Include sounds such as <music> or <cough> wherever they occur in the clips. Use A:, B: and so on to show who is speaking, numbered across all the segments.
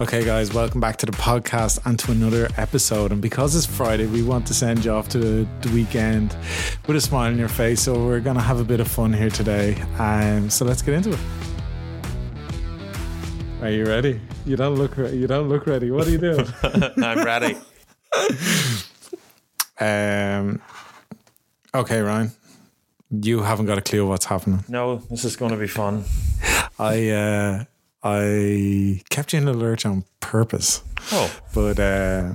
A: Okay, guys, welcome back to the podcast and to another episode. And because it's Friday, we want to send you off to the, the weekend with a smile on your face. So we're going to have a bit of fun here today. Um, so let's get into it. Are you ready? You don't look. Re- you don't look ready. What are you doing?
B: I'm ready.
A: um. Okay, Ryan. You haven't got a clue what's happening.
B: <laughs> No, this is going to be fun.
A: I uh, I kept you in the lurch on purpose.
B: Oh,
A: but uh,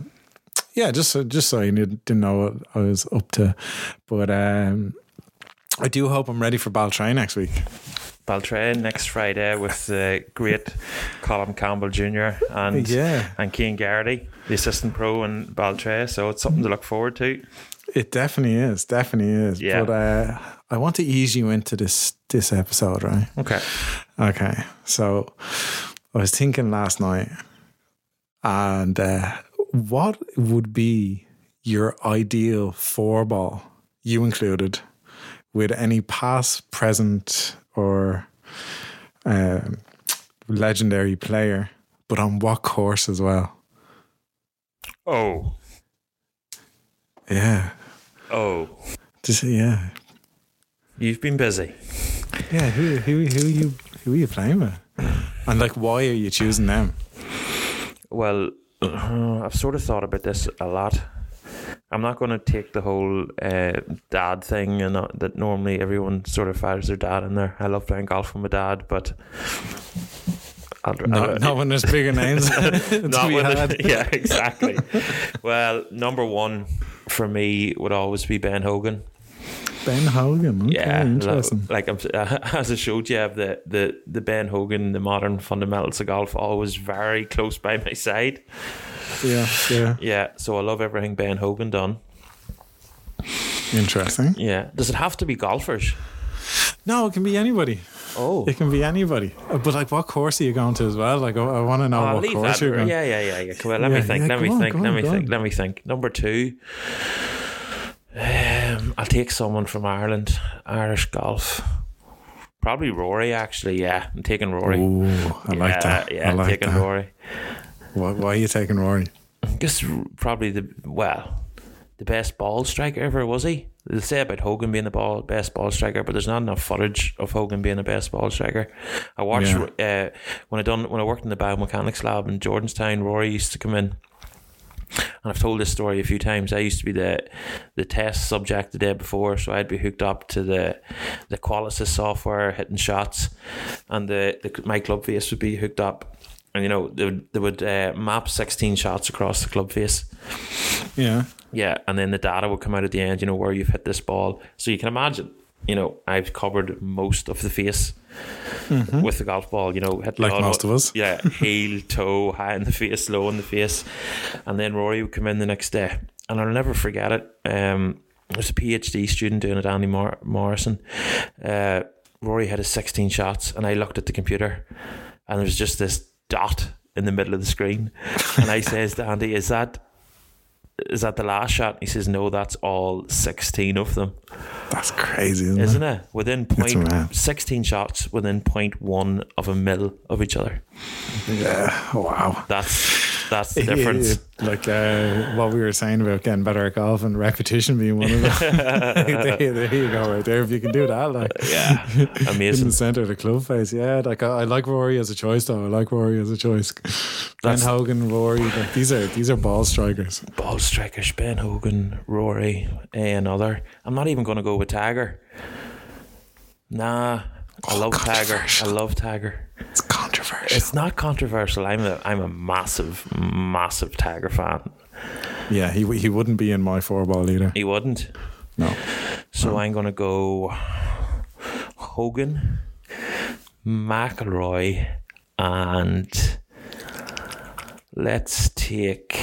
A: yeah, just so, just so you knew, didn't know what I was up to. But um, I do hope I'm ready for Baltrain next week.
B: Baltrain next Friday with the great Colin Campbell Jr. and
A: Yeah.
B: and Keane Garrity, the assistant pro in Baltray. So it's something to look forward to.
A: It definitely is, definitely is.
B: Yeah.
A: But uh, I want to ease you into this this episode, right?
B: Okay.
A: Okay. So I was thinking last night, and uh, what would be your ideal four ball, you included, with any past, present, or um, legendary player, but on what course as well?
B: Oh,
A: Yeah.
B: oh,
A: Just, yeah.
B: you've been busy.
A: Yeah. Who, who, who, are you, who are you playing with? And like, why are you choosing them?
B: Well, <clears throat> I've sort of thought about this a lot. I'm not going to take the whole uh, dad thing and uh, that normally everyone sort of fires their dad in there. I love playing golf with my dad, but I'll,
A: No,
B: I'll-
A: not when there's bigger names. <laughs>
B: <laughs> Not
A: to be
B: with it.
A: had. <laughs>
B: yeah, exactly. well, number one for me would always be Ben Hogan.
A: Ben Hogan. Okay,
B: Yeah, lo-
A: interesting.
B: like I'm, <laughs> s- as I showed you, I have the, the the Ben Hogan, the modern fundamentals of golf, always very close by my side.
A: yeah, yeah,
B: Yeah, so I love everything Ben Hogan done.
A: interesting.
B: Yeah, does it have to be golfers?
A: No, it can be anybody.
B: Oh,
A: It can be anybody. Uh, But like, what course are you going to as well? Like, I, I want to know
B: I'll
A: what
B: Ah, leave
A: course
B: that.
A: you're going.
B: Yeah, yeah, yeah, yeah. Come on, let
A: Yeah,
B: me think.
A: yeah,
B: let me
A: go on,
B: think.
A: go
B: let
A: on,
B: me
A: go
B: think.
A: on.
B: Let me think. Number two. Um, I'll take someone from Ireland, Irish golf. Probably Rory, actually. Yeah, I'm taking Rory.
A: Ooh, I like
B: yeah,
A: that.
B: Yeah,
A: I like
B: taking
A: that.
B: Rory.
A: Why, why are you taking Rory?
B: Just probably the well, the best ball striker ever was he? They say about Hogan being the ball best ball striker, but there's not enough footage of Hogan being the best ball striker. I watched uh, when I done when I worked in the biomechanics lab in Jordanstown. Rory used to come in. And I've told this story a few times. I used to be the the test subject the day before, so I'd be hooked up to the the Qualysys software, hitting shots, and the, the my club face would be hooked up. And you know they would, they would uh, map sixteen shots across the club face,
A: Yeah,
B: yeah, and then the data would come out at the end. You know where you've hit this ball, so you can imagine. You know, I've covered most of the face with the golf ball. You know, hit
A: Mm-hmm.
B: the
A: Like
B: odd
A: most
B: one-
A: of <laughs> us.
B: Yeah, heel, toe, high in the face, low in the face, and then Rory would come in the next day, and I'll never forget it. Um, it was a PhD student doing it, Andy Mor- Morrison. Uh, Rory had his sixteen shots, and I looked at the computer, and there was just this dot in the middle of the screen, and I says to Andy, "Is that?" is that the last shot? He says, No, that's all 16 of them,
A: that's crazy, isn't,
B: isn't
A: it?
B: it? Within
A: It's mad.
B: point, 16 shots within point one of a mil of each other.
A: Yeah. Wow.
B: That's that's <laughs> the
A: It- it-
B: difference.
A: it- like uh, what we were saying about getting better at golf and repetition being one of
B: <laughs>
A: them. <laughs> there, there you go, right there. If you can do that, like
B: Yeah,
A: in
B: amazing.
A: the center of the club face, yeah. Like I, I like Rory as a choice, though. I like Rory as a choice. Ben
B: That's-
A: Hogan, Rory, like these are these are ball strikers.
B: Ball strikers, Ben Hogan, Rory, another. I'm not even going to go with Tiger. Nah, I love Tiger. I
A: controversial.
B: love Tiger.
A: It's controversial.
B: It's not controversial. I'm a I'm a massive, massive Tiger fan.
A: yeah, he he wouldn't be in my four ball either.
B: He wouldn't.
A: No. <laughs>
B: So I'm gonna go Hogan, McElroy, and let's take. <laughs>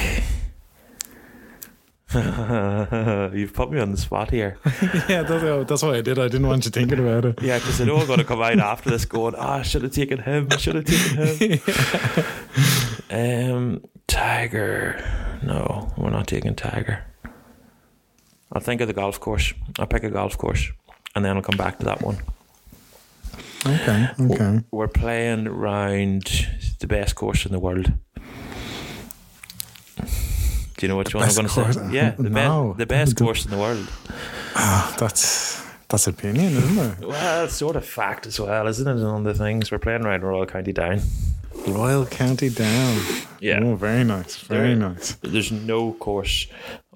B: You've put me on the spot here.
A: yeah, that's, that's why I did. I didn't want you thinking about it.
B: Yeah, because I know I'm going to come out after this going, ah, I should have taken him. I should have taken him. um, Tiger. No, we're not taking Tiger. I'll think of the golf course. I'll pick a golf course and then I'll come back to that one.
A: Okay, okay.
B: We're playing round the best course in the world. Do you know which one I'm
A: best
B: going to
A: course-
B: say?
A: <laughs>
B: Yeah, the
A: No.
B: best,
A: <laughs>
B: the best course in the world.
A: Ah, that's that's opinion, isn't it?
B: Well, it's sort of fact as well, isn't it? One of the things we're playing around Royal County Down.
A: Royal County Down.
B: Yeah.
A: Oh, very nice. Very
B: There-
A: nice.
B: There's no course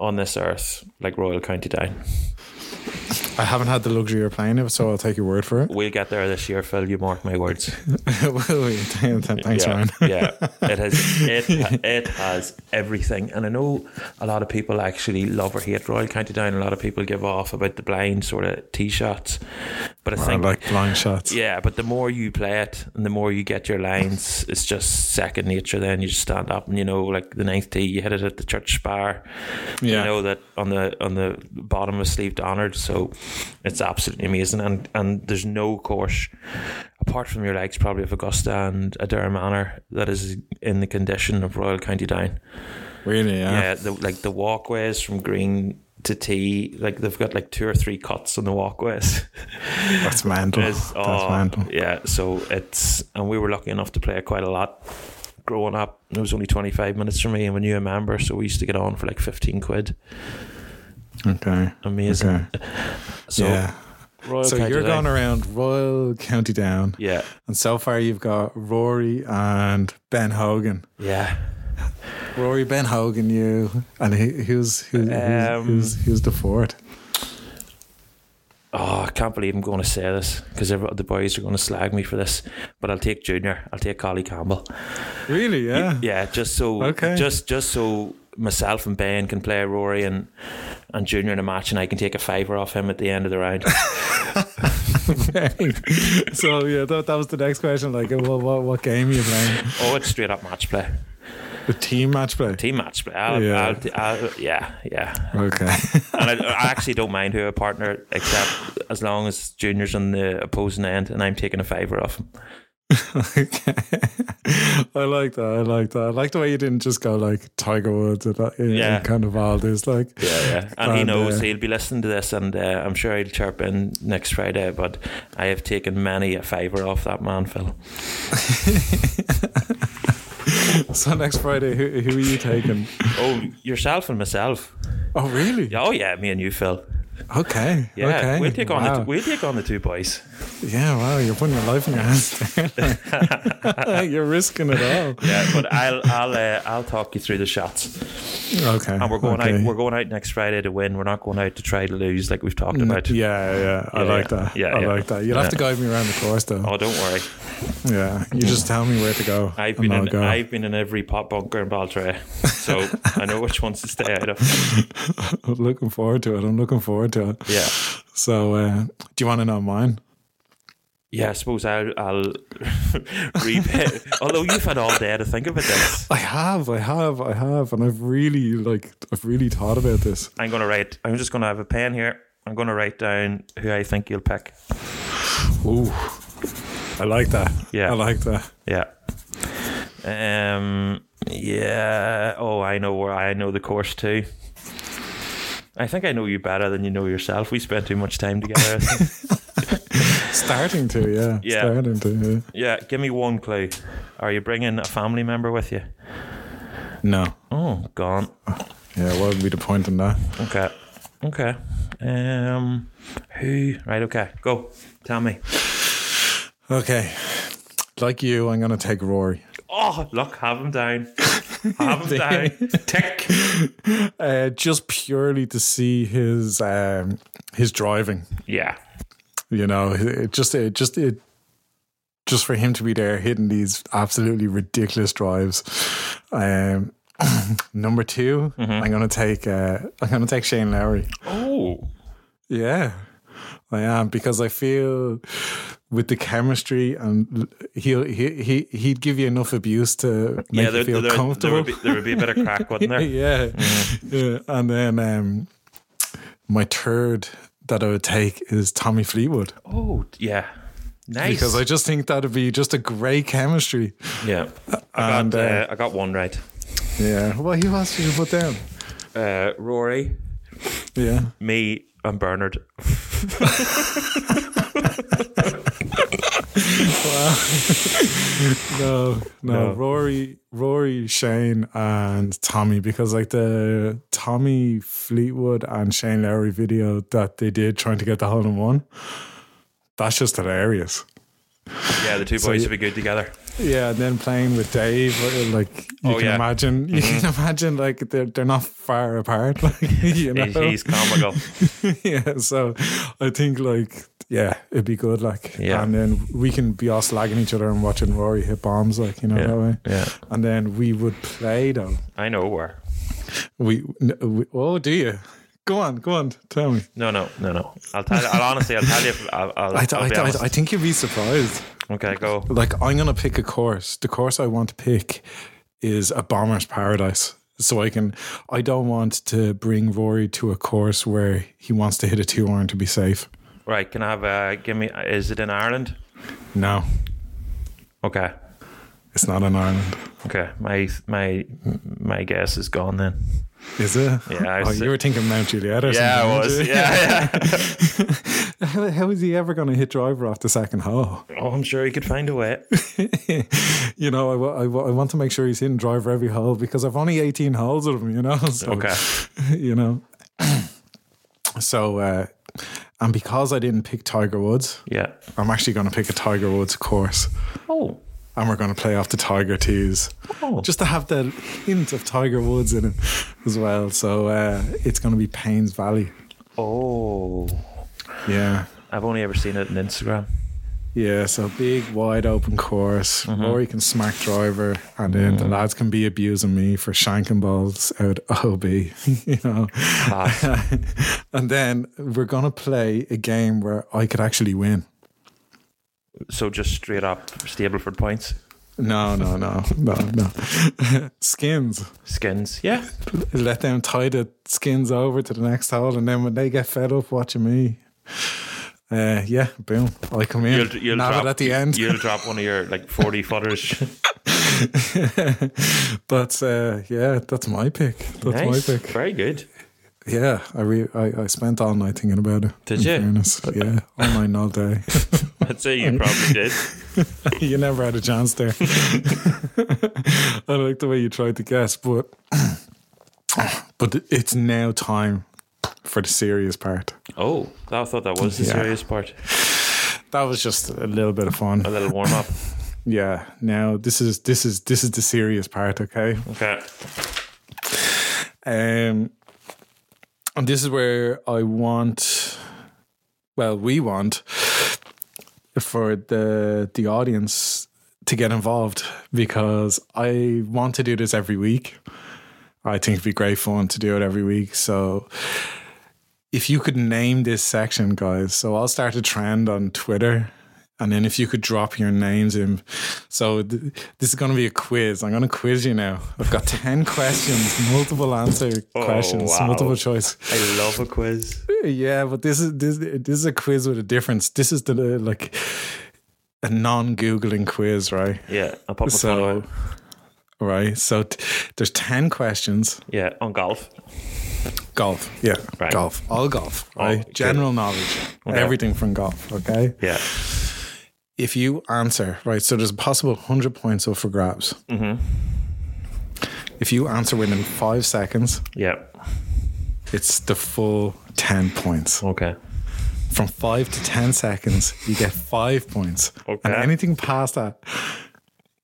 B: on this earth like Royal County Down.
A: I haven't had the luxury of playing it, so I'll take your word for it. <laughs>
B: We'll get there this year, Phil. You mark my words.
A: Will you? Thanks,
B: yeah,
A: Ryan. <laughs>
B: yeah, it has it, it has everything, and I know a lot of people actually love or hate Royal County Down. A lot of people give off about the blind sort of tee shots, but I
A: I
B: think
A: like blind shots.
B: yeah, but the more you play it and the more you get your lines, it's just second nature. Then you just stand up and you know, like the ninth tee, you hit it at the church spire.
A: Yeah.
B: You know that on the on the bottom of sleeved honoured, so it's absolutely amazing. And and there's no course apart from your legs, probably of Augusta and Adair Manor, that is in the condition of Royal County Down.
A: Really, yeah.
B: Yeah, the, like the walkways from green to tee, like they've got like two or three cuts on the walkways. <laughs>
A: That's mental.
B: It's-
A: That's
B: oh,
A: mental.
B: Yeah, so it's and we were lucky enough to play quite a lot growing up. It was only twenty five minutes from me, and we knew a member, so we used to get on for like fifteen quid.
A: Okay.
B: Amazing.
A: Okay.
B: So
A: yeah.
B: Royal
A: So
B: County
A: you're
B: Down.
A: going around Royal County Down,
B: Yeah,
A: and so far you've got Rory and Ben Hogan.
B: yeah.
A: Rory Ben Hogan, you, and who- who's who,
B: Um,
A: who's, who's who's the fourth?
B: Oh, I can't believe I'm going to say this because the boys are going to slag me for this. But I'll take Junior. I'll take Collie Campbell.
A: Really? Yeah. <laughs>
B: Yeah, just so
A: Okay.
B: just just so myself and Ben can play Rory and and Junior in a match, and I can take a fiver off him at the end of
A: <laughs>
B: the round.
A: so yeah, that, that was the next question. Like, uh, what what, what game are you playing?
B: oh, it's straight up match play.
A: The team match play.
B: team match play. I'll,
A: Yeah.
B: I'll, I'll, yeah, yeah.
A: Okay. <laughs>
B: And I, I actually don't mind who I partner, except as long as Junior's on the opposing end and I'm taking a fiver off him.
A: okay. I like that. I like that. I like the way you didn't just go like Tiger Woods and, that, and
B: Yeah.
A: kind of all this like.
B: Yeah, yeah. And he
A: And,
B: knows
A: uh,
B: he'll be listening to this, and uh, I'm sure he'll chirp in next Friday. But I have taken many a fiver off that man, Phil.
A: So next Friday, who, who are you taking?
B: Oh, yourself and myself.
A: Oh, really?
B: Oh yeah, me and you, Phil.
A: Okay.
B: Yeah,
A: okay.
B: we'll take on
A: wow.
B: the t- we'll take on the two boys. <laughs>
A: Yeah, wow, you're putting your life in your hands. there. <laughs> you're risking it all.
B: Yeah, but I'll I'll uh, I'll talk you through the shots.
A: Okay.
B: And we're going
A: okay.
B: out. We're going out next Friday to win. We're not going out to try to lose, like we've talked about.
A: Mm, yeah, yeah, I
B: Yeah,
A: like
B: yeah.
A: that.
B: Yeah,
A: I
B: yeah.
A: like that. You'll have to guide me around the course, though.
B: Oh, don't worry.
A: Yeah, you just tell me where to go.
B: I've
A: and
B: been
A: I'll
B: in.
A: go.
B: I've been in every pot bunker in Baltray, so I know which ones to stay out of.
A: <laughs> I'm looking forward to it. I'm looking forward to it.
B: Yeah,
A: So, uh, do you want to know mine?
B: yeah. I suppose I'll, I'll <laughs> repay. Although you've had all day to think about this,
A: I have, I have, I have, and I've really like, I've really thought about this.
B: I'm going to write. I'm just going to have a pen here. I'm going to write down who I think you'll pick.
A: Ooh, I like that.
B: Yeah.
A: I like that.
B: Yeah. Um. Yeah. Oh, I know where. I know the course too. I think I know you better than you know yourself. We spent too much time together. I
A: <laughs>
B: think.
A: Starting to, yeah,
B: Yeah.
A: starting to.
B: yeah. Give me one clue. Are you bringing a family member with you?
A: Yeah. No,
B: Oh, gone.
A: yeah, what would be the point in that?
B: Okay. Okay. Um. Who? Right. Okay. Go. Tell me.
A: Okay. Like you, I'm going to take Rory.
B: Oh, look. Have him down.
A: <laughs>
B: Have him down. Tick.
A: Uh, just purely to see his um, his driving,
B: Yeah.
A: you know, it just it just it just for him to be there hitting these absolutely ridiculous drives. Um, <clears throat> number 2 i I'm going to take uh, I'm going to take Shane Lowry.
B: Oh.
A: Yeah, I am because I feel with the chemistry and he'll he he he'd give you enough abuse to make
B: Yeah.
A: you
B: There,
A: feel
B: there- there
A: comfortable.
B: would be there would be Mm-hmm. a bit of crack, wouldn't
A: <laughs>
B: there?
A: yeah. yeah. And then um, my third that I would take is Tommy Fleetwood
B: Oh yeah, nice.
A: because I just think that'd be just a great chemistry. <laughs>
B: yeah, I
A: and,
B: got,
A: uh,
B: uh, I got one right.
A: Yeah. Well, who else did you put down?
B: Uh, Rory,
A: Yeah. <laughs>
B: me, and Bernard.
A: no, no,
B: No.
A: Rory, Rory, Shane, and Tommy, because like the Tommy Fleetwood and Shane Lowry video that they did trying to get the hole in one, that's just hilarious.
B: Yeah, the two
A: So
B: boys
A: you-
B: would be good
A: <laughs>
B: together.
A: Yeah, and then playing with Dave, uh, like you
B: Oh,
A: can
B: yeah.
A: imagine, you can <laughs> imagine like they're they're not far apart. <laughs> Like you know,
B: He's, he's comical.
A: <laughs> yeah, so I think like yeah, it'd be good like
B: Yeah.
A: and then we can be all slagging each other and watching Rory hit bombs like you know that way.
B: yeah.
A: And then we would play though.
B: I know where.
A: We, n- we oh do you? Go on, go on, tell me.
B: No, no, no, no. I'll tell you. I'll honestly. I'll tell you. If, I'll, I'll,
A: I,
B: I
A: th-
B: will
A: I,
B: be
A: th- I,
B: honest.
A: th- I think you'd be surprised.
B: okay, go.
A: Like I'm gonna pick a course. The course I want to pick is a bomber's paradise. So I can I don't want to bring Rory to a course where he wants to hit a two iron to be safe.
B: Right. Can I have? Uh, give me. Is it in Ireland?
A: No,
B: Okay.
A: it's not in Ireland.
B: Okay. My my my guess is gone then.
A: Is it?
B: Yeah, I
A: oh,
B: see.
A: you were thinking Mount Juliet or
B: Yeah, I
A: something.
B: was. Yeah,
A: <laughs> Yeah. How, <laughs> how is he ever going to hit driver off the second hole?
B: yeah. Oh, I'm sure he could find a way.
A: You know, I wa- I, wa- I want to make sure he's hitting driver every hole because I've only 18 holes of him, you know? <laughs> So,
B: Okay.
A: You know? <clears throat> so, uh, and because I didn't pick Tiger Woods,
B: Yeah.
A: I'm actually going to pick a Tiger Woods course
B: Oh.
A: and we're going to play off the Tiger tees.
B: Oh.
A: just to have the hint of Tiger Woods in it as well. So uh, it's going to be Payne's Valley.
B: oh.
A: Yeah.
B: I've only ever seen it on Instagram.
A: Yeah, so big, wide open course.
B: Mm-hmm.
A: Rory can smack driver, and then the lads can be abusing me for shanking balls out OB, <laughs> you know. <laughs> and then we're going to play a game where I could actually win.
B: So just straight up Stableford points,
A: No, no, no, no, no. <laughs> Skins.
B: skins. Yeah.
A: let them tie the skins over to the next hole, and then when they get fed up watching me, uh, yeah, boom, I come in,
B: You'll, you'll
A: nab
B: drop
A: it at the end.
B: You'll drop one of your like forty <laughs> footers.
A: <laughs> but uh, yeah, that's my pick. That's
B: nice.
A: my pick.
B: Very good.
A: Yeah, I, re- I I spent all night thinking about it. in
B: Did you?
A: Fairness. Yeah, all night, all day. <laughs>
B: I'd say you probably did.
A: you never had a chance there. <laughs> I like the way you tried to guess, but <clears throat> but it's now time for the serious part.
B: Oh, I thought that was the
A: Yeah.
B: serious part.
A: That was just a little bit of fun.
B: A little warm up.
A: Yeah. Now this is this is this is the serious part, okay?
B: Okay.
A: Um and this is where I want well, we want for the the audience to get involved because I want to do this every week. I think it'd be great fun to do it every week. So if you could name this section, guys, so I'll start a trend on Twitter. And then if you could drop your names in. So th- this is going to be a quiz. I'm going to quiz you now. I've got <laughs> 10 questions, multiple answer questions,
B: wow.
A: multiple choice.
B: I love a quiz.
A: Yeah, but this is this this is a quiz with a difference. This is the like a non-googling quiz, right?
B: Yeah, I'll pop my phone
A: So
B: out.
A: right. So t- there's 10 questions.
B: Yeah, on golf.
A: Golf. Yeah.
B: Right.
A: Golf. All golf, right?
B: good.
A: General knowledge. Everything from golf, okay?
B: Yeah.
A: If you answer, right, so there's a possible 100 points up for grabs. Mm-hmm. If you answer within five seconds,
B: Yeah.
A: it's the full 10 points.
B: Okay.
A: from five to ten seconds, you get five points.
B: Okay.
A: And anything past that,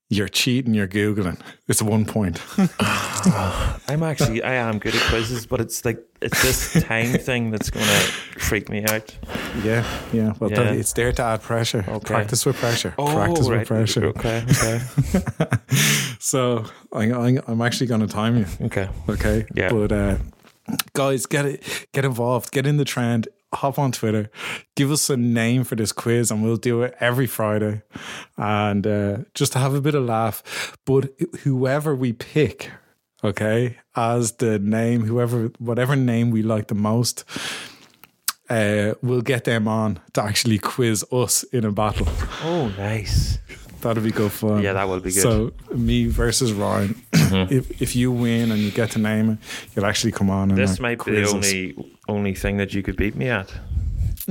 A: you're cheating, you're Googling. It's one
B: <laughs>
A: point.
B: I'm actually I am good at quizzes, but it's like it's this time thing that's gonna freak me out.
A: yeah, yeah. Well,
B: Yeah. Oh,
A: it's there to add pressure. Practice with pressure. Practice with pressure.
B: Okay, okay.
A: So I, I, I'm actually going to time you.
B: Okay.
A: Okay.
B: Yeah.
A: But uh, guys, get it, get involved, get in the trend. Hop on Twitter, give us a name for this quiz, and we'll do it every Friday, and uh, just to have a bit of laugh. But whoever we pick, okay, as the name, whoever, whatever name we like the most, uh, we'll get them on to actually quiz us in a battle.
B: Oh nice.
A: That'll be good fun.
B: Yeah, that will be good. Mm-hmm.
A: So me versus Ryan. if if you win and you get to name it, you'll actually come on. And
B: This
A: like,
B: might be the
A: quiz us.
B: only only thing that you could beat me at.
A: <laughs>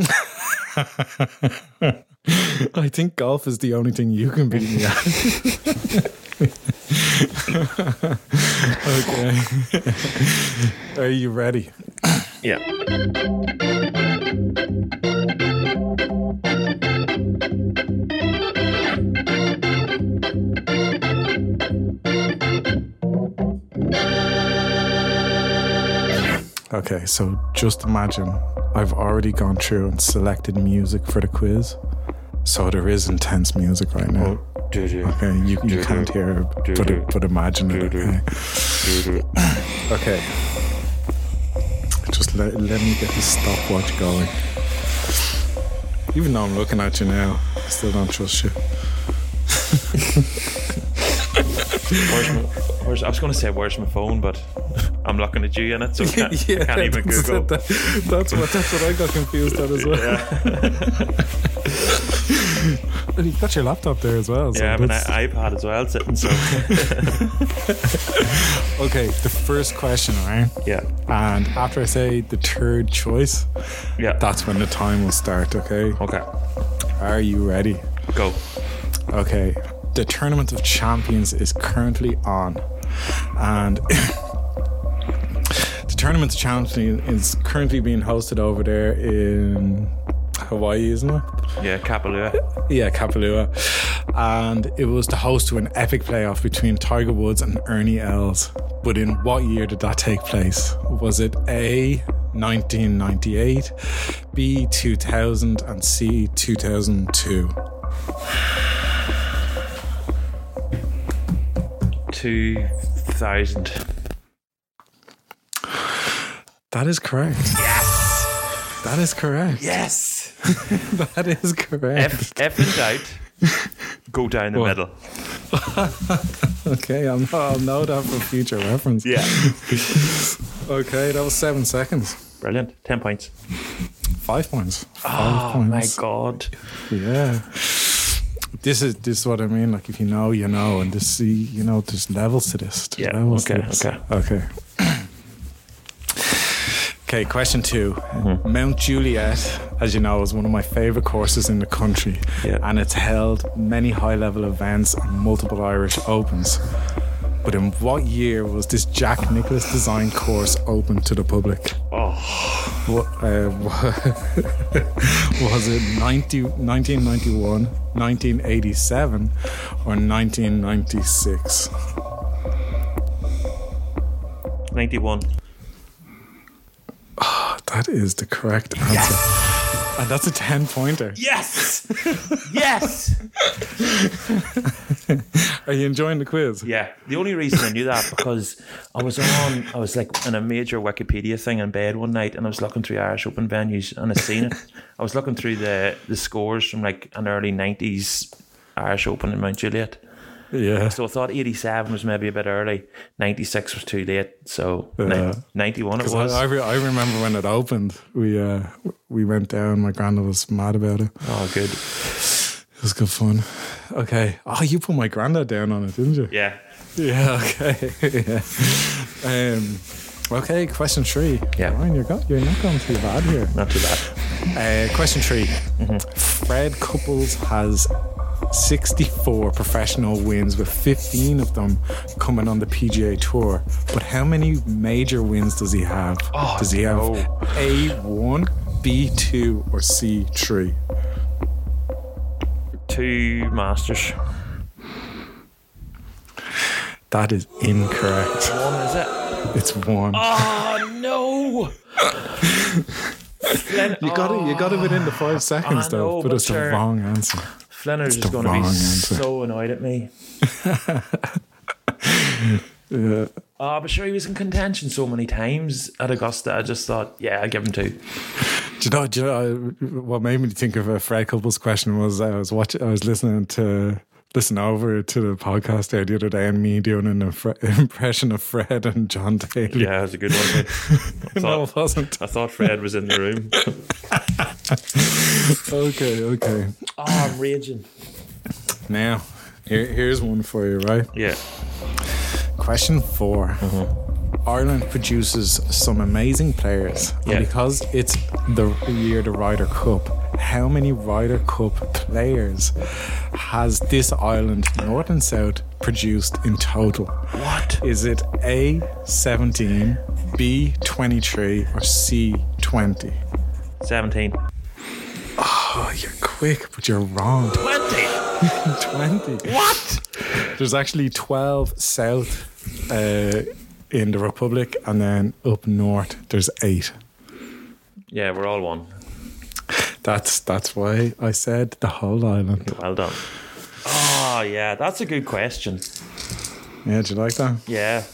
A: I think golf is the only thing you can beat me
B: <laughs>
A: at. <laughs> okay. <laughs> Are you ready?
B: Yeah.
A: Okay, so just imagine I've already gone through and selected music for the quiz. So there is intense music right
B: Oh.
A: now. Okay, you, you can't hear it, but, but imagine it. Okay. <clears throat> okay. Just let, let me get the stopwatch going. Even though I'm looking at you now, I still don't trust
B: <laughs>
A: you.
B: Where's my, where's, I was going to say, where's my phone? But <laughs> I'm looking at you in it, so
A: <laughs>
B: I can't, I can't even
A: that's,
B: Google.
A: that- that's what that's what I got confused at as well.
B: Yeah,
A: <laughs> And you've got your laptop there as well. So
B: <laughs> yeah I have an
A: that's-
B: iPad as well sitting,
A: <laughs>
B: so
A: okay, the first question, right?
B: yeah,
A: And after I say the third choice,
B: yeah.
A: that's when the time will start, okay?
B: okay,
A: Are you ready?
B: go.
A: Okay. The Tournament of Champions is currently on. And <laughs> the Tournament of Champions is currently being hosted over there in Hawaii, isn't it?
B: Yeah, Kapalua.
A: Yeah, Kapalua. And it was the host to an epic playoff between Tiger Woods and Ernie Els. But in what year did that take place? Was it A, 1998, B, 2000, and C, 2002?
B: 2000.
A: That is correct. Yes! That is correct.
B: Yes!
A: <laughs> That is correct.
B: F, F in
A: <laughs>
B: doubt, go down the middle.
A: Okay, I'll, I'll know that for future reference.
B: Yeah.
A: Okay, that was seven seconds.
B: Brilliant. 10 points.
A: Five points.
B: Oh
A: Five
B: my
A: points.
B: god.
A: Yeah. This is this is what I mean. Like if you know, you know, and this you you know, there's levels to this. There's
B: Yeah,
A: Levels
B: okay,
A: To this.
B: okay.
A: Okay. Okay. Question 2
B: Mm-hmm.
A: Mount Juliet, as you know, is one of my favorite courses in the country,
B: Yeah.
A: and it's held many high-level events and multiple Irish Opens. But in what year was this Jack Nicholas design course open to the public?
B: Oh,
A: What, uh, <laughs> was it 90, 1991, 1987, or 1996?
B: 91.
A: That is the correct answer. And that's a 10 pointer. <laughs>
B: Yes! yes!
A: Are you enjoying the quiz?
B: Yeah. The only reason I knew that because I was on, I was like in a major Wikipedia thing in bed one night and I was looking through Irish Open venues and I seen it. I was looking through the, the scores from like an early 90s Irish Open in Mount Juliet.
A: Yeah.
B: So I thought 87 was maybe a bit early. 96 was too late. So ni-
A: Yeah.
B: 91 it
A: 'Cause
B: was.
A: I, I, re- I remember when it opened, we uh, we went down. My granda was mad about it.
B: oh, good.
A: It was good fun. Okay. Oh, you put my granda down on it, didn't you?
B: Yeah.
A: Yeah, okay. <laughs> yeah. Um, okay, question three.
B: Yeah.
A: Ryan, you're, go- you're not going too bad here.
B: Not too bad.
A: Uh, question 3 Fred Couples has 64 professional wins, with 15 of them coming on the PGA Tour. But how many major wins does he have?
B: Oh,
A: does he have
B: no.
A: A1, B2, or C3?
B: Two Masters.
A: That is incorrect.
B: One is it?
A: It's one.
B: Oh, <laughs> no. Flynn-
A: You got it. You got it within the five seconds,
B: I
A: though.
B: know,
A: but,
B: but
A: it's the
B: sure.
A: wrong answer.
B: Flanner's is
A: the
B: going to be
A: wrong answer.
B: so annoyed
A: <laughs>
B: at me. Ah, but sure, he was in contention so many times at Augusta. I just thought, yeah, I'll give him two.
A: Do you know? Do you know uh, what made me think of a Fred Couples question was I was watching. I was listening to listen over to the podcast there the other day, and me doing an infre- <laughs> impression of Fred and John Taylor.
B: Yeah, it was a good one.
A: <laughs>
B: I
A: No,
B: thought,
A: it wasn't. <laughs>
B: I thought Fred was in the room.
A: Okay, okay.
B: <laughs> Oh, I'm raging.
A: Now, here, here's one for you, right?
B: Yeah.
A: Question 4 Ireland produces some amazing players,
B: Yeah.
A: and because it's the year the Ryder Cup, how many Ryder Cup players has this island, north and south, produced in total?
B: What?
A: Is it A seventeen, B twenty three, or C twenty?
B: 17.
A: Oh, you're quick, but you're <laughs> wrong.
B: 20?
A: Twenty.
B: What?
A: There's actually 12 south uh, in the Republic, and then up north, there's eight.
B: Yeah, we're all one.
A: That's that's why I said the whole island.
B: Well done. Oh, yeah, that's a good question.
A: Yeah, do you like that?
B: Yeah.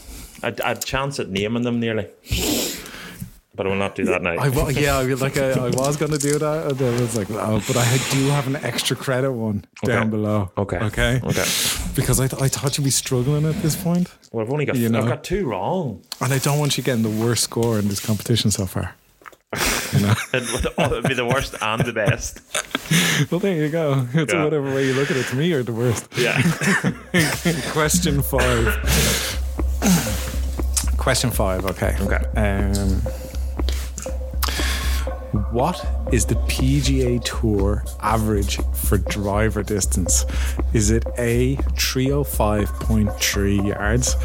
B: I'd, I'd chance at naming them nearly. But I will not do that now.
A: I wa- yeah, I mean, like I, I was gonna do that, and then I was like, no, but I do have an extra credit one down
B: Okay.
A: below.
B: Okay.
A: okay,
B: Okay.
A: Because I, th- I thought you'd be struggling at this point,
B: Well, I've only got,
A: You know.
B: I've got two wrong.
A: and I don't want you getting the worst score in this competition so <laughs> far. You know?
B: It would oh, it'd be the worst and the best.
A: well, there you go. <laughs> It's
B: Yeah.
A: whatever way you look at it. To me, you're the
B: <laughs>
A: worst.
B: Yeah.
A: Question five.
B: <coughs>
A: Question five. Okay.
B: Okay.
A: Um, what is the PGA Tour average for driver distance? Is it A, 305.3 yards,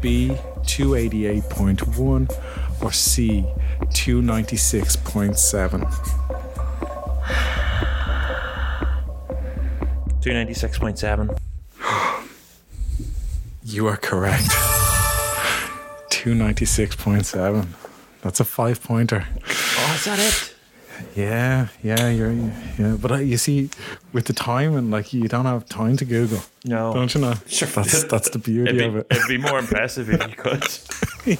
A: B, 288.1, or C, 296.7?
B: 296.7.
A: You are correct. <laughs> 296.7. That's a five pointer.
B: Oh, is that it?
A: Yeah, yeah, you're, yeah. But uh, you see, with the time and like, you don't have time to Google,
B: No.
A: don't you know? Sure. That's that's the beauty
B: It'd
A: of
B: be,
A: it.
B: it'd be more impressive if you could.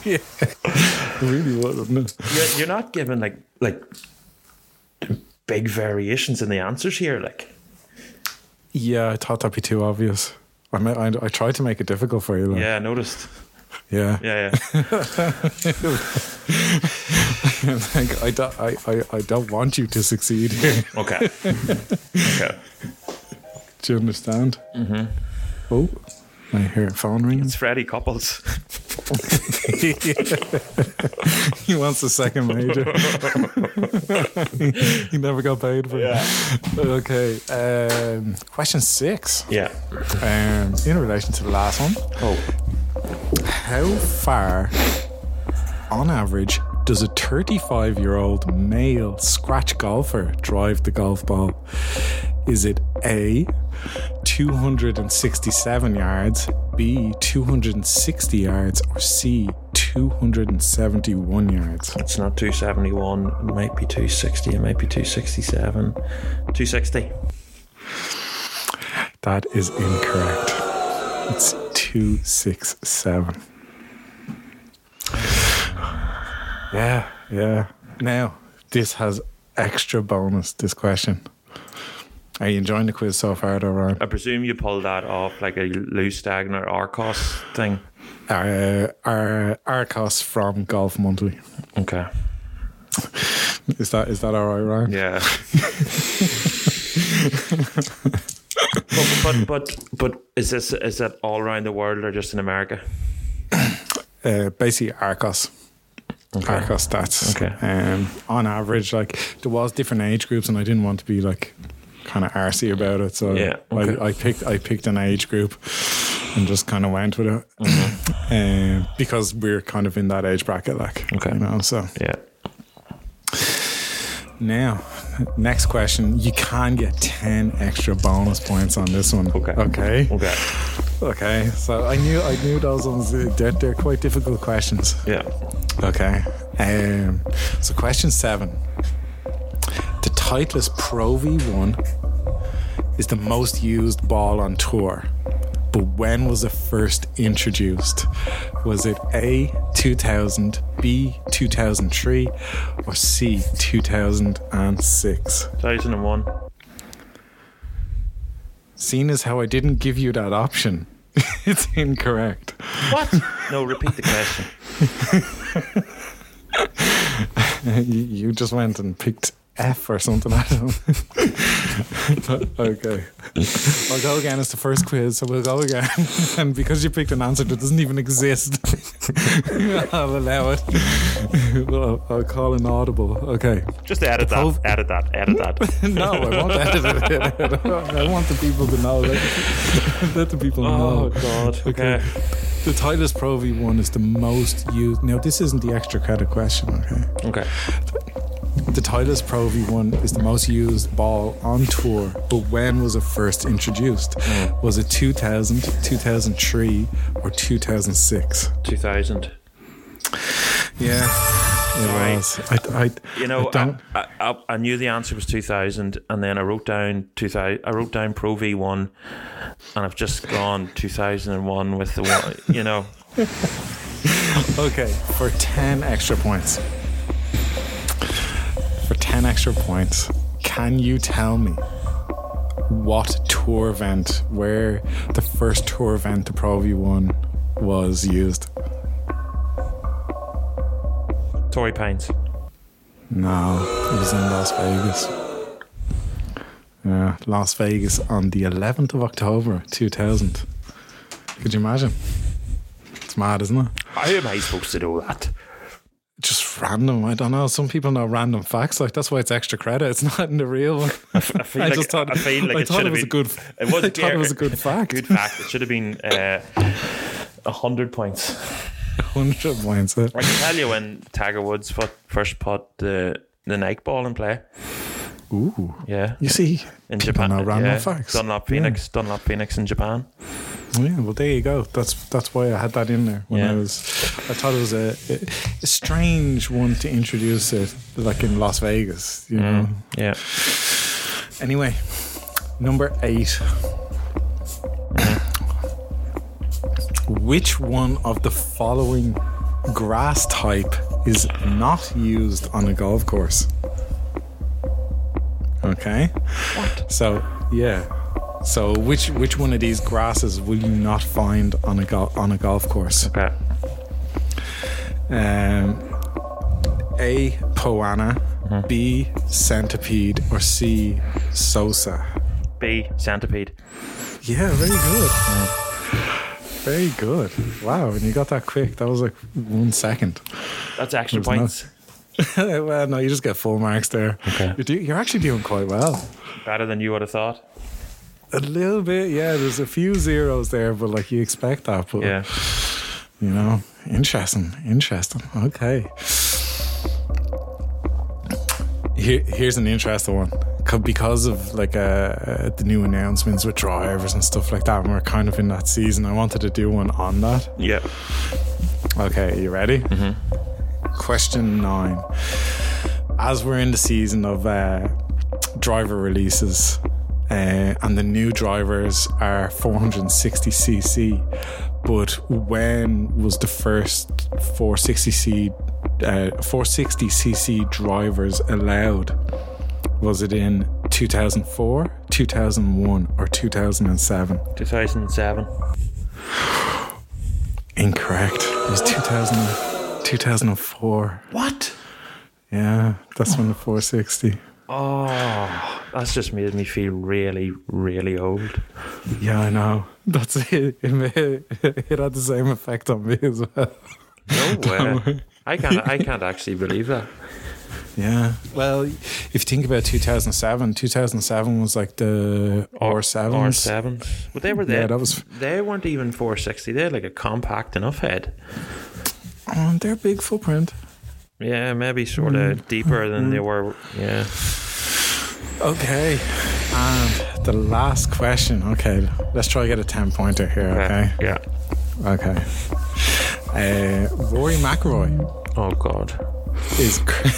A: It really was, wasn't it?
B: You're, you're not given like like big variations in the answers here. Like,
A: Yeah, I thought that'd be too obvious. I mean, I, I tried to make it difficult for you. Like,
B: yeah, I noticed.
A: yeah.
B: Yeah, yeah.
A: <laughs> like, I, don't, I, I, I don't want you to succeed here.
B: <laughs>
A: <laughs>
B: Okay. Okay.
A: Do you understand? Mm-hmm. Oh, I hear a phone ringing.
B: It's Freddie Couples.
A: <laughs> he wants a second major. <laughs> he never got paid for it. Okay. Um, question six.
B: Yeah.
A: Um, in relation to the last one,
B: Oh.
A: how far, on average, does a 35 year old male scratch golfer drive the golf ball? Is it A, 267 yards, B, 260 yards, or C, 271 yards?
B: It's not 271. It might be 260. It might be 267. 260.
A: That is incorrect. It's 267. Yeah, yeah. Now, this has extra bonus, this question. Are you enjoying the quiz so far, though, Ryan?
B: I presume you pulled that off like a Lou Stagner Arcos thing.
A: Uh, our, our costs from Golf Monthly.
B: Okay.
A: Is that is that all right, Ryan?
B: Yeah. but, but but but is this is that all around the world or just in America?
A: uh, basically Arcos. Arcos stats.
B: Okay.
A: Um, on average, like there was different age groups, and I didn't want to be like kind of arsy about it, so
B: Yeah, okay.
A: I, I picked I picked an age group and just kind of went with it, um, because we're kind of in that age bracket, like
B: Mm-hmm. Okay.
A: you know. So
B: Yeah.
A: now, next question, you can get ten extra bonus points on this one.
B: Okay.
A: Okay.
B: Okay.
A: Okay. So I knew I knew those ones. They're, they're quite difficult questions.
B: Yeah.
A: Okay. Um, so, question seven. The Titleist Pro V1 is the most used ball on tour, but when was it first introduced? Was it A 2000, B 2003, or C 2006?
B: Thousand and one.
A: Seeing as how I didn't give you that option, <laughs> it's incorrect.
B: What? No, repeat the question.
A: <laughs> you you just went and picked F or something at him. <laughs> okay. I'll go again. It's the first quiz, so we'll go again. <laughs> and because you picked an answer that doesn't even exist, <laughs> I'll allow it. <laughs> well, I'll call an audible. Okay.
C: Just edit that.
A: Hov-
C: edit that. Edit that.
A: <laughs>
B: <laughs>
A: No, I won't edit it. <laughs> I want the people to know. Let, let the <laughs> people know.
B: Oh, God.
A: Okay.
B: Okay.
A: The Titus Pro V one is the most used. Now, this isn't the extra credit question, okay?
B: Okay.
A: The Titus Pro V1 is the most used ball on tour, but when was it first introduced? Was it 2000, 2003, or 2006?
B: 2000.
A: Yeah, it
B: Sorry.
A: was. I, I,
B: You know,
A: I
B: I,
A: don't.
B: I, I, I knew the answer was 2000, and then I wrote down 2000, I wrote down Pro V1, and I've just gone 2001 with the one, you know.
A: okay, for 10 extra points. For 10 extra points, can you tell me what tour event, where the first tour event the Pro V1 was used?
B: Tory Pines.
A: No, it was in Las Vegas. Yeah, Las Vegas on the 11th of October 2000. Could you imagine? It's mad, isn't it?
B: How am I supposed to do that?
A: Just random. I don't know. Some people know random facts. Like, that's why it's extra credit. It's not in the real
B: <laughs>
A: one. I
B: feel
A: I
B: like-
A: just thought,
B: I feel like
A: I
B: it
A: thought it
B: should have
A: was a
B: been- <laughs>
A: good,
B: it was-
A: <laughs> I thought it was a good fact.
B: <laughs>
A: <laughs>
B: Good fact. It should have been uh, 100 points.
A: 100 points. eh?
B: I can tell you when Tiger Woods put, first put the, the Nike ball in play.
A: Ooh.
B: Yeah.
A: You see,
B: In
A: people
B: Japan.
A: know random
B: yeah.
A: facts.
B: Dunlop
A: Yeah.
B: Phoenix. Dunlop Phoenix in Japan.
A: Yeah, well, there you go. That's that's why I had that in there when
B: Yeah.
A: I was. I thought it was a, a strange one to introduce it, like in Las Vegas.
B: Mm.
A: You know.
B: Yeah.
A: Anyway, number eight. Which one of the following grass type is not used on a golf course? Okay. What? So yeah. So which which one of these grasses will you not find on a gol on a golf course?
B: Okay.
A: Um, a poana, B centipede, or C sosa.
B: B. Centipede.
A: Yeah, very good. Very good. Wow, and you got that quick. That was like one second. <laughs>
B: That's extra
A: There's no-
B: points.
A: well, no, you just get full marks there.
B: Okay.
A: You're, do- you're actually doing quite well.
B: Better than you would have thought.
A: A little bit, yeah. There's a few zeros there, but like you expect that. But
B: Yeah.
A: you know, interesting, interesting. Okay. Here, here's an interesting one. Co- Because of like uh, the new announcements with drivers and stuff like that, and we're kind of in that season. I wanted to do one on that.
B: Yeah.
A: Okay, you ready? Question nine. As we're in the season of uh, driver releases, uh, and the new drivers are 460cc, but when was the first 460cc uh, 460cc drivers allowed? Was it in 2004, 2001, or 2007?
B: 2007.
A: Incorrect. It was 2000, 2004.
B: What?
A: Yeah, that's when the 460.
B: Oh, that's just made me feel really, really old.
A: Yeah, I know. That's <laughs> it. It, ma- it had the same effect on me as well.
B: No way. I can't.
A: <laughs>
B: I can't actually believe that.
A: Yeah. Well, if you think about 2007, 2007 was like the R7s.
B: R sevens. But they were there.
A: Yeah, that was.
B: They weren't even 460. They're like a compact enough head.
A: Um, they're big footprint.
B: Yeah, maybe sort of
A: Mm.
B: deeper than they were. Yeah.
A: Okay. And the last question. Okay, let's try to get a 10 pointer here, okay?
B: Yeah.
A: Okay. Uh, Rory McIlroy
B: Oh God.
A: is cr-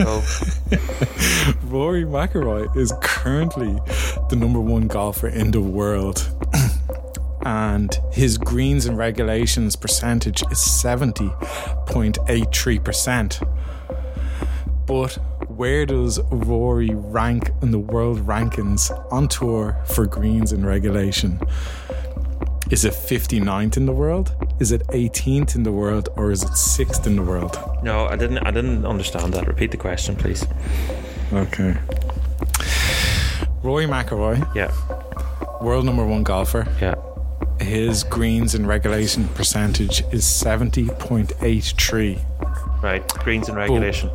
B: Oh,
A: <laughs> Rory McIlroy is currently the number one golfer in the world, <clears throat> and his greens and regulations percentage is seventy point eight three percent. But where does Rory rank in the world rankings on tour for greens and regulation? Is it 59th in the world? Is it 18th in the world, or is it 6th in the world?
B: No, I didn't. I didn't understand that. Repeat the question, please.
A: Okay. Roy McIlroy,
B: Yeah,
A: world number one golfer.
B: yeah.
A: His greens in regulation percentage is 70.83
B: Right, greens and regulation.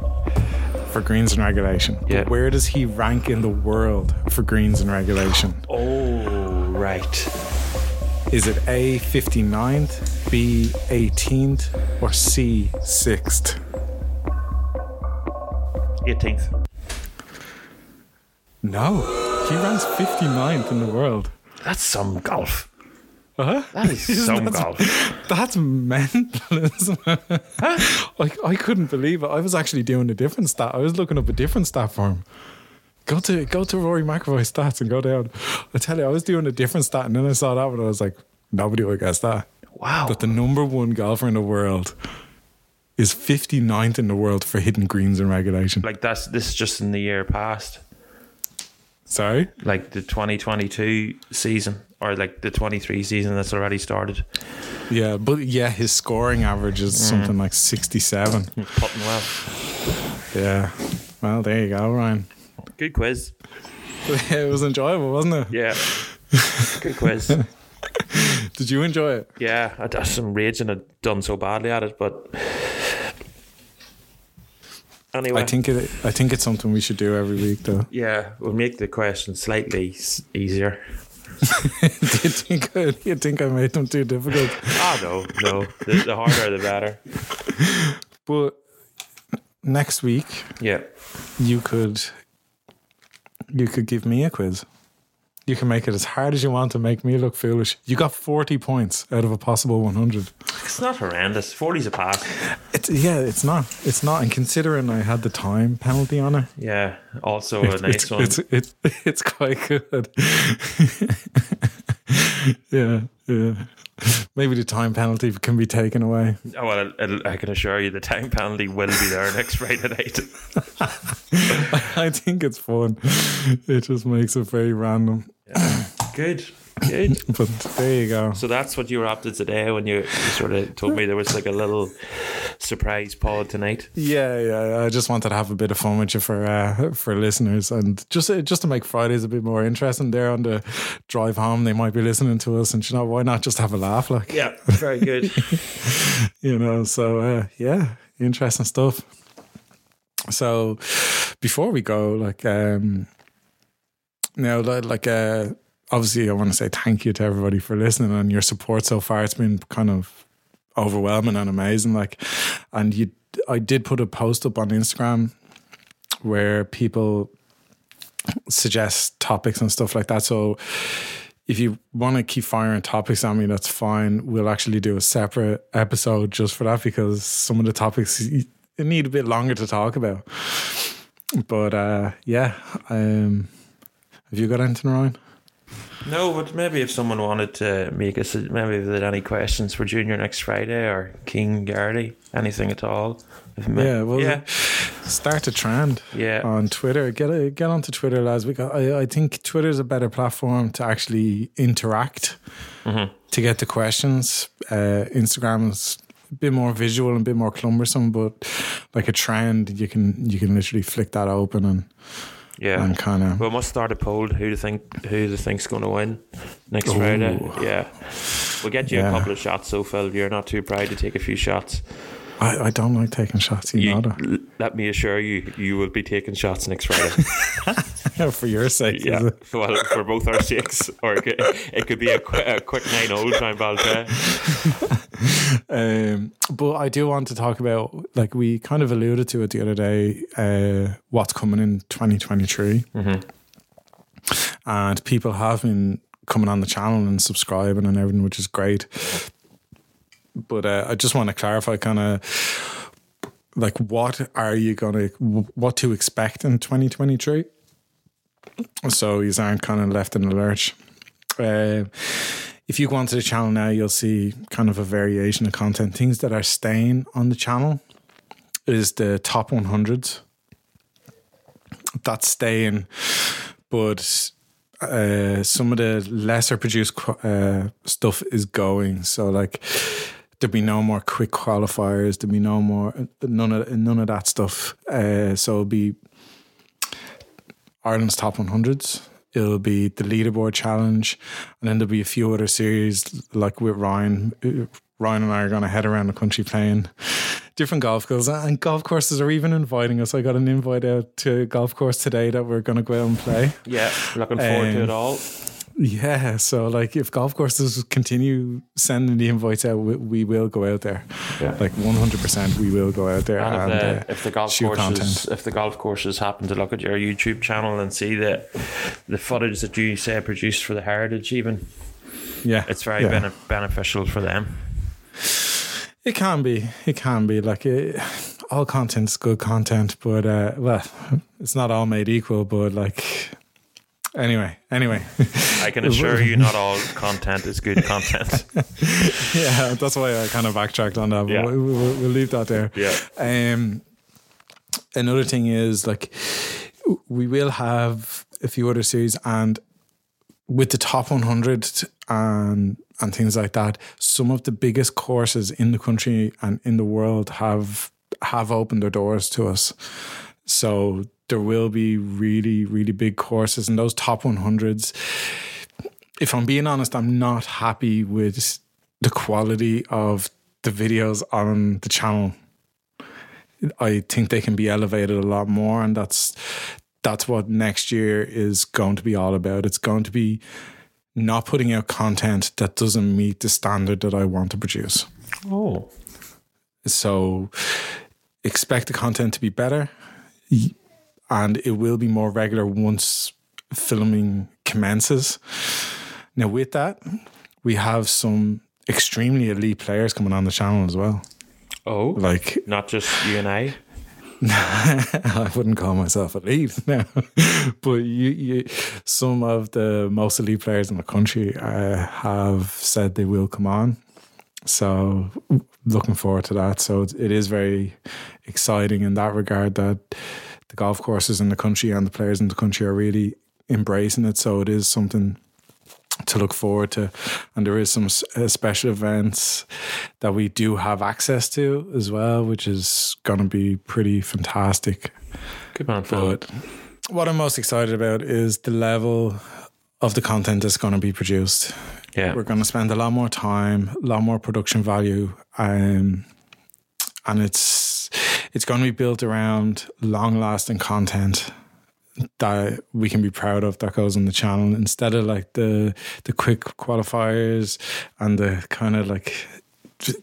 A: for greens in regulation. But
B: Yeah.
A: Where does he rank in the world for greens in regulation?
B: Oh, right.
A: Is it A 59th, B 18th, or C 6th?
B: Eighteenth.
A: No, he ranks 59th in the world.
B: That's some golf.
A: Uh-huh. That <laughs>
B: is some golf.
A: That's mentalism. like I couldn't believe it. I was actually doing a different stat. I was looking up a different stat for him. Go to go to Rory McIlroy stats and go down. I tell you, I was doing a different stat, and then I saw that one. And I was like, nobody would guess that.
B: Wow.
A: That the number one golfer in the world is 59th in the world for hidden greens and regulation.
B: like that's this is just in the year past,
A: Sorry,
B: like the 2022 season or like the 23 season that's already started.
A: yeah, but yeah, his scoring average is
B: Mm.
A: something like 67.
B: <laughs> Putting well.
A: Yeah. Well, there you go, Ryan.
B: Good quiz.
A: <laughs> it was enjoyable, wasn't it?
B: Yeah.
A: <laughs>
B: Good quiz.
A: Did you enjoy it?
B: Yeah, I had some rage and I'd done so badly at it, but anyway,
A: I think it. I think it's something we should do every week, though.
B: yeah, we'll make the question slightly s- easier.
A: <laughs> do you think? I, do you think I made them too difficult?
B: Ah, no, no, the, the harder the better.
A: But next week
B: Yeah,
A: you could, you could give me a quiz. You can make it as hard as you want to make me look foolish. You got forty points out of a possible one hundred.
B: it's not horrendous. 40's a pass.
A: It's yeah, it's not. It's not. And considering I had the time penalty on it,
B: Yeah, also a
A: <laughs>
B: nice
A: it's,
B: one.
A: It's, it's, <laughs> it's quite good. <laughs> yeah, yeah. Maybe the time penalty can be taken away. <laughs>
B: oh, well, it'll- it'll- I can assure you the time penalty will be there next Friday night.
A: I think it's fun. It just makes it very random.
B: Good, good.
A: But there you go.
B: So that's what you were up to today when you you sort of told me there was like a little surprise pod tonight.
A: Yeah, yeah. I just wanted to have a bit of fun with you for uh, for listeners, and just uh, just to make Fridays a bit more interesting. There on the drive home, they might be listening to us, and you know why not just have a laugh, like
B: Yeah, very good.
A: you know. So uh, yeah, interesting stuff. So before we go, like um now, li- like uh, obviously, I want to say thank you to everybody for listening and your support so far. It's been kind of overwhelming and amazing. Like, and you, I did put a post up on Instagram where people suggest topics and stuff like that. So if you want to keep firing topics at me, that's fine. We'll actually do a separate episode just for that because some of the topics y- y- need a bit longer to talk about. But uh, yeah, um, have you got anything, Ryan?
B: <laughs> No, but maybe if someone wanted to make us, maybe if they had any questions for Junior next Friday or King Gardy, anything at all. If ma-
A: Yeah, Uh, well,
B: yeah,
A: start a trend
B: yeah.
A: on Twitter. Get a, get onto Twitter, lads. We got, I, I think Twitter is a better platform to actually interact
B: Mm-hmm.
A: to get the questions. Uh, Instagram is a bit more visual and a bit more cumbersome, but like a trend, you can you can literally flick that open and
B: yeah.
A: and kind of.
B: We must start a poll. Who do you think? Who do you think's going to win next
A: Ooh.
B: Friday? Yeah, we'll get you
A: Yeah.
B: a couple of shots. So Phil, you're not too proud to take a few shots.
A: I, I don't like taking shots, you,
B: You,
A: know that. <laughs>
B: l- let me assure you, you will be taking shots next Friday.
A: for your sake. is
B: yeah,
A: it?
B: well, for both our sakes, or it could, it could be a, qu- a quick nine old round Valtteri.
A: Um, but I do want to talk about, like we kind of alluded to it the other day, uh, what's coming in 2023. And people have been coming on the channel and subscribing and everything, which is great. But uh, I just want to clarify kind of like what are you going to, what to expect in 2023? So you aren't kind of left in the lurch. Uh, if you go onto the channel now, you'll see kind of a variation of content. Things that are staying on the channel is the top 100s. That's staying, but uh, some of the lesser produced qu- uh, stuff is going. So like there'll be no more quick qualifiers. There'll be no more none of none of that stuff. Uh, so it'll be Ireland's top 100s. It'll be the leaderboard challenge, and then there'll be a few other series like with Ryan. Ryan and I are going to head around the country playing different golf courses, and golf courses are even inviting us. I got an invite out to a golf course today that we're going to go out and play.
B: Yeah, looking forward
A: Um,
B: to it all.
A: Yeah, so like if golf courses continue sending the invites out, we, we will go out there.
B: Yeah.
A: Like 100%, we will go out there.
B: And
A: and,
B: if, the,
A: uh,
B: if the golf
A: shoot
B: courses,
A: content.
B: if the golf courses happen to look at your YouTube channel and see the the footage that you say produced for the heritage, even
A: yeah,
B: it's very
A: yeah.
B: bene- beneficial for them.
A: It can be. It can be. Like it, all content's good content, but uh, well, it's not all made equal. But like, anyway, anyway, <laughs>
B: I can assure you, not all content is
A: <laughs>
B: good content.
A: yeah, that's why I kind of backtracked on that. But
B: Yeah.
A: we, we, we'll we'll leave that there.
B: Yeah.
A: Um, another thing is like we will have a few other series, and with the top 100 and and things like that, some of the biggest courses in the country and in the world have have opened their doors to us. So there will be really really big courses, and those top 100s. If I'm being honest, I'm not happy with the quality of the videos on the channel. I think they can be elevated a lot more, and that's that's what next year is going to be all about. It's going to be not putting out content that doesn't meet the standard that I want to produce.
B: Oh,
A: So expect the content to be better, y- and it will be more regular once filming commences. Now, with that, we have some extremely elite players coming on the channel as well.
B: oh,
A: Like
B: not just you and I.
A: <laughs> I wouldn't call myself <laughs> elite now, but you, you, some of the most elite players in the country uh, have said they will come on. So, looking forward to that. So, it it is very exciting in that regard that the golf courses in the country and the players in the country are really embracing it. So, it is something to look forward to. And there is some s- uh, special events that we do have access to as well, which is going to be pretty fantastic.
B: Good man, Phil.
A: But what I'm most excited about is the level of the content that's going to be produced.
B: Yeah,
A: We're going to spend a lot more time, a lot more production value, um, and it's it's going to be built around long lasting content that we can be proud of that goes on the channel instead of like the the quick qualifiers and the kind of like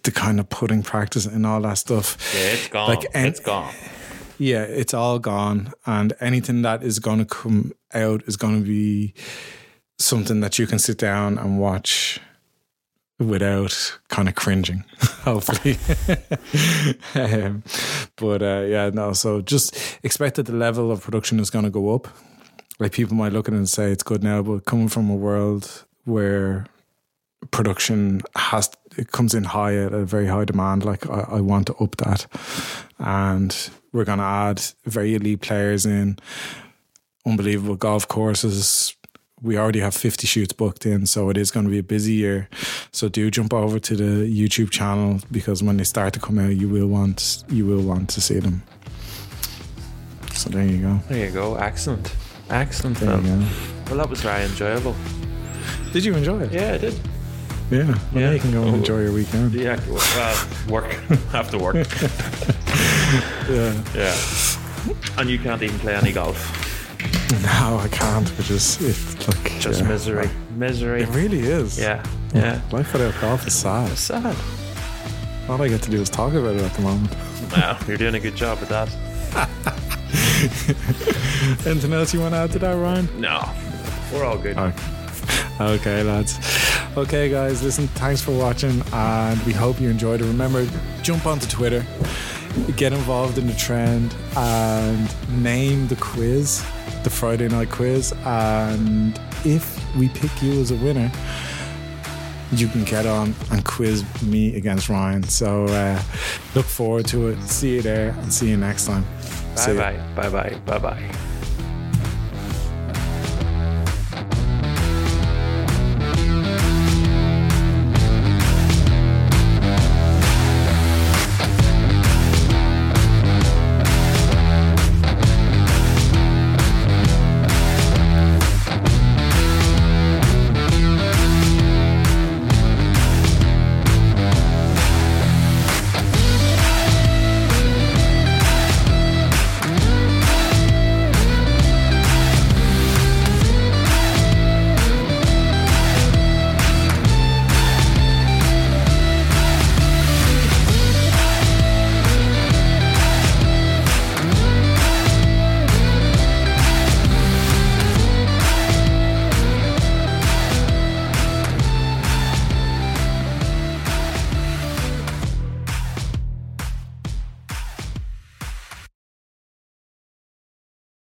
A: the kind of putting practice and all that stuff.
B: yeah, it's gone.
A: Like, and-
B: it's gone.
A: Yeah, it's all gone, and anything that is going to come out is going to be something that you can sit down and watch without kind of cringing, <laughs> hopefully. um, but uh, yeah, no. So just expect that the level of production is going to go up. Like people might look at it and say it's good now, but coming from a world where production has it comes in high at a very high demand. Like I, I want to up that, and we're going to add very elite players in, unbelievable golf courses. We already have 50 shoots booked in, so it is going to be a busy year. So do jump over to the YouTube channel because when they start to come out, you will want you will want to see them. So there you go.
B: There you go. Excellent, excellent.
A: There
B: Phil.
A: you go.
B: Well, that was very enjoyable.
A: Um, Did you enjoy it?
B: Yeah, I did.
A: Yeah. Well, now
B: Yeah.
A: you can go and
B: Oh.
A: enjoy your weekend.
B: Yeah, well, uh, work. <laughs> Have to work.
A: yeah.
B: Yeah. And you can't even play any golf.
A: <laughs> No, I can't. But just it's like
B: Just
A: yeah.
B: misery. Misery.
A: It really is.
B: Yeah. Yeah.
A: Life without golf is sad.
B: Sad.
A: All I get to do is talk about it at the moment.
B: Wow, you're doing a good job with that.
A: Anything else you want to add to that, Ryan?
B: No. We're all good.
A: Okay. <laughs> Okay, lads. Okay, guys, listen, thanks for watching, and we hope you enjoyed it. Remember, jump onto Twitter, get involved in the trend, and name the quiz, the Friday night quiz. And if we pick you as a winner, you can get on and quiz me against Ryan. So uh, look forward to it. See you there, and see you next time. See
B: Bye
A: ya.
B: bye. Bye bye. Bye bye.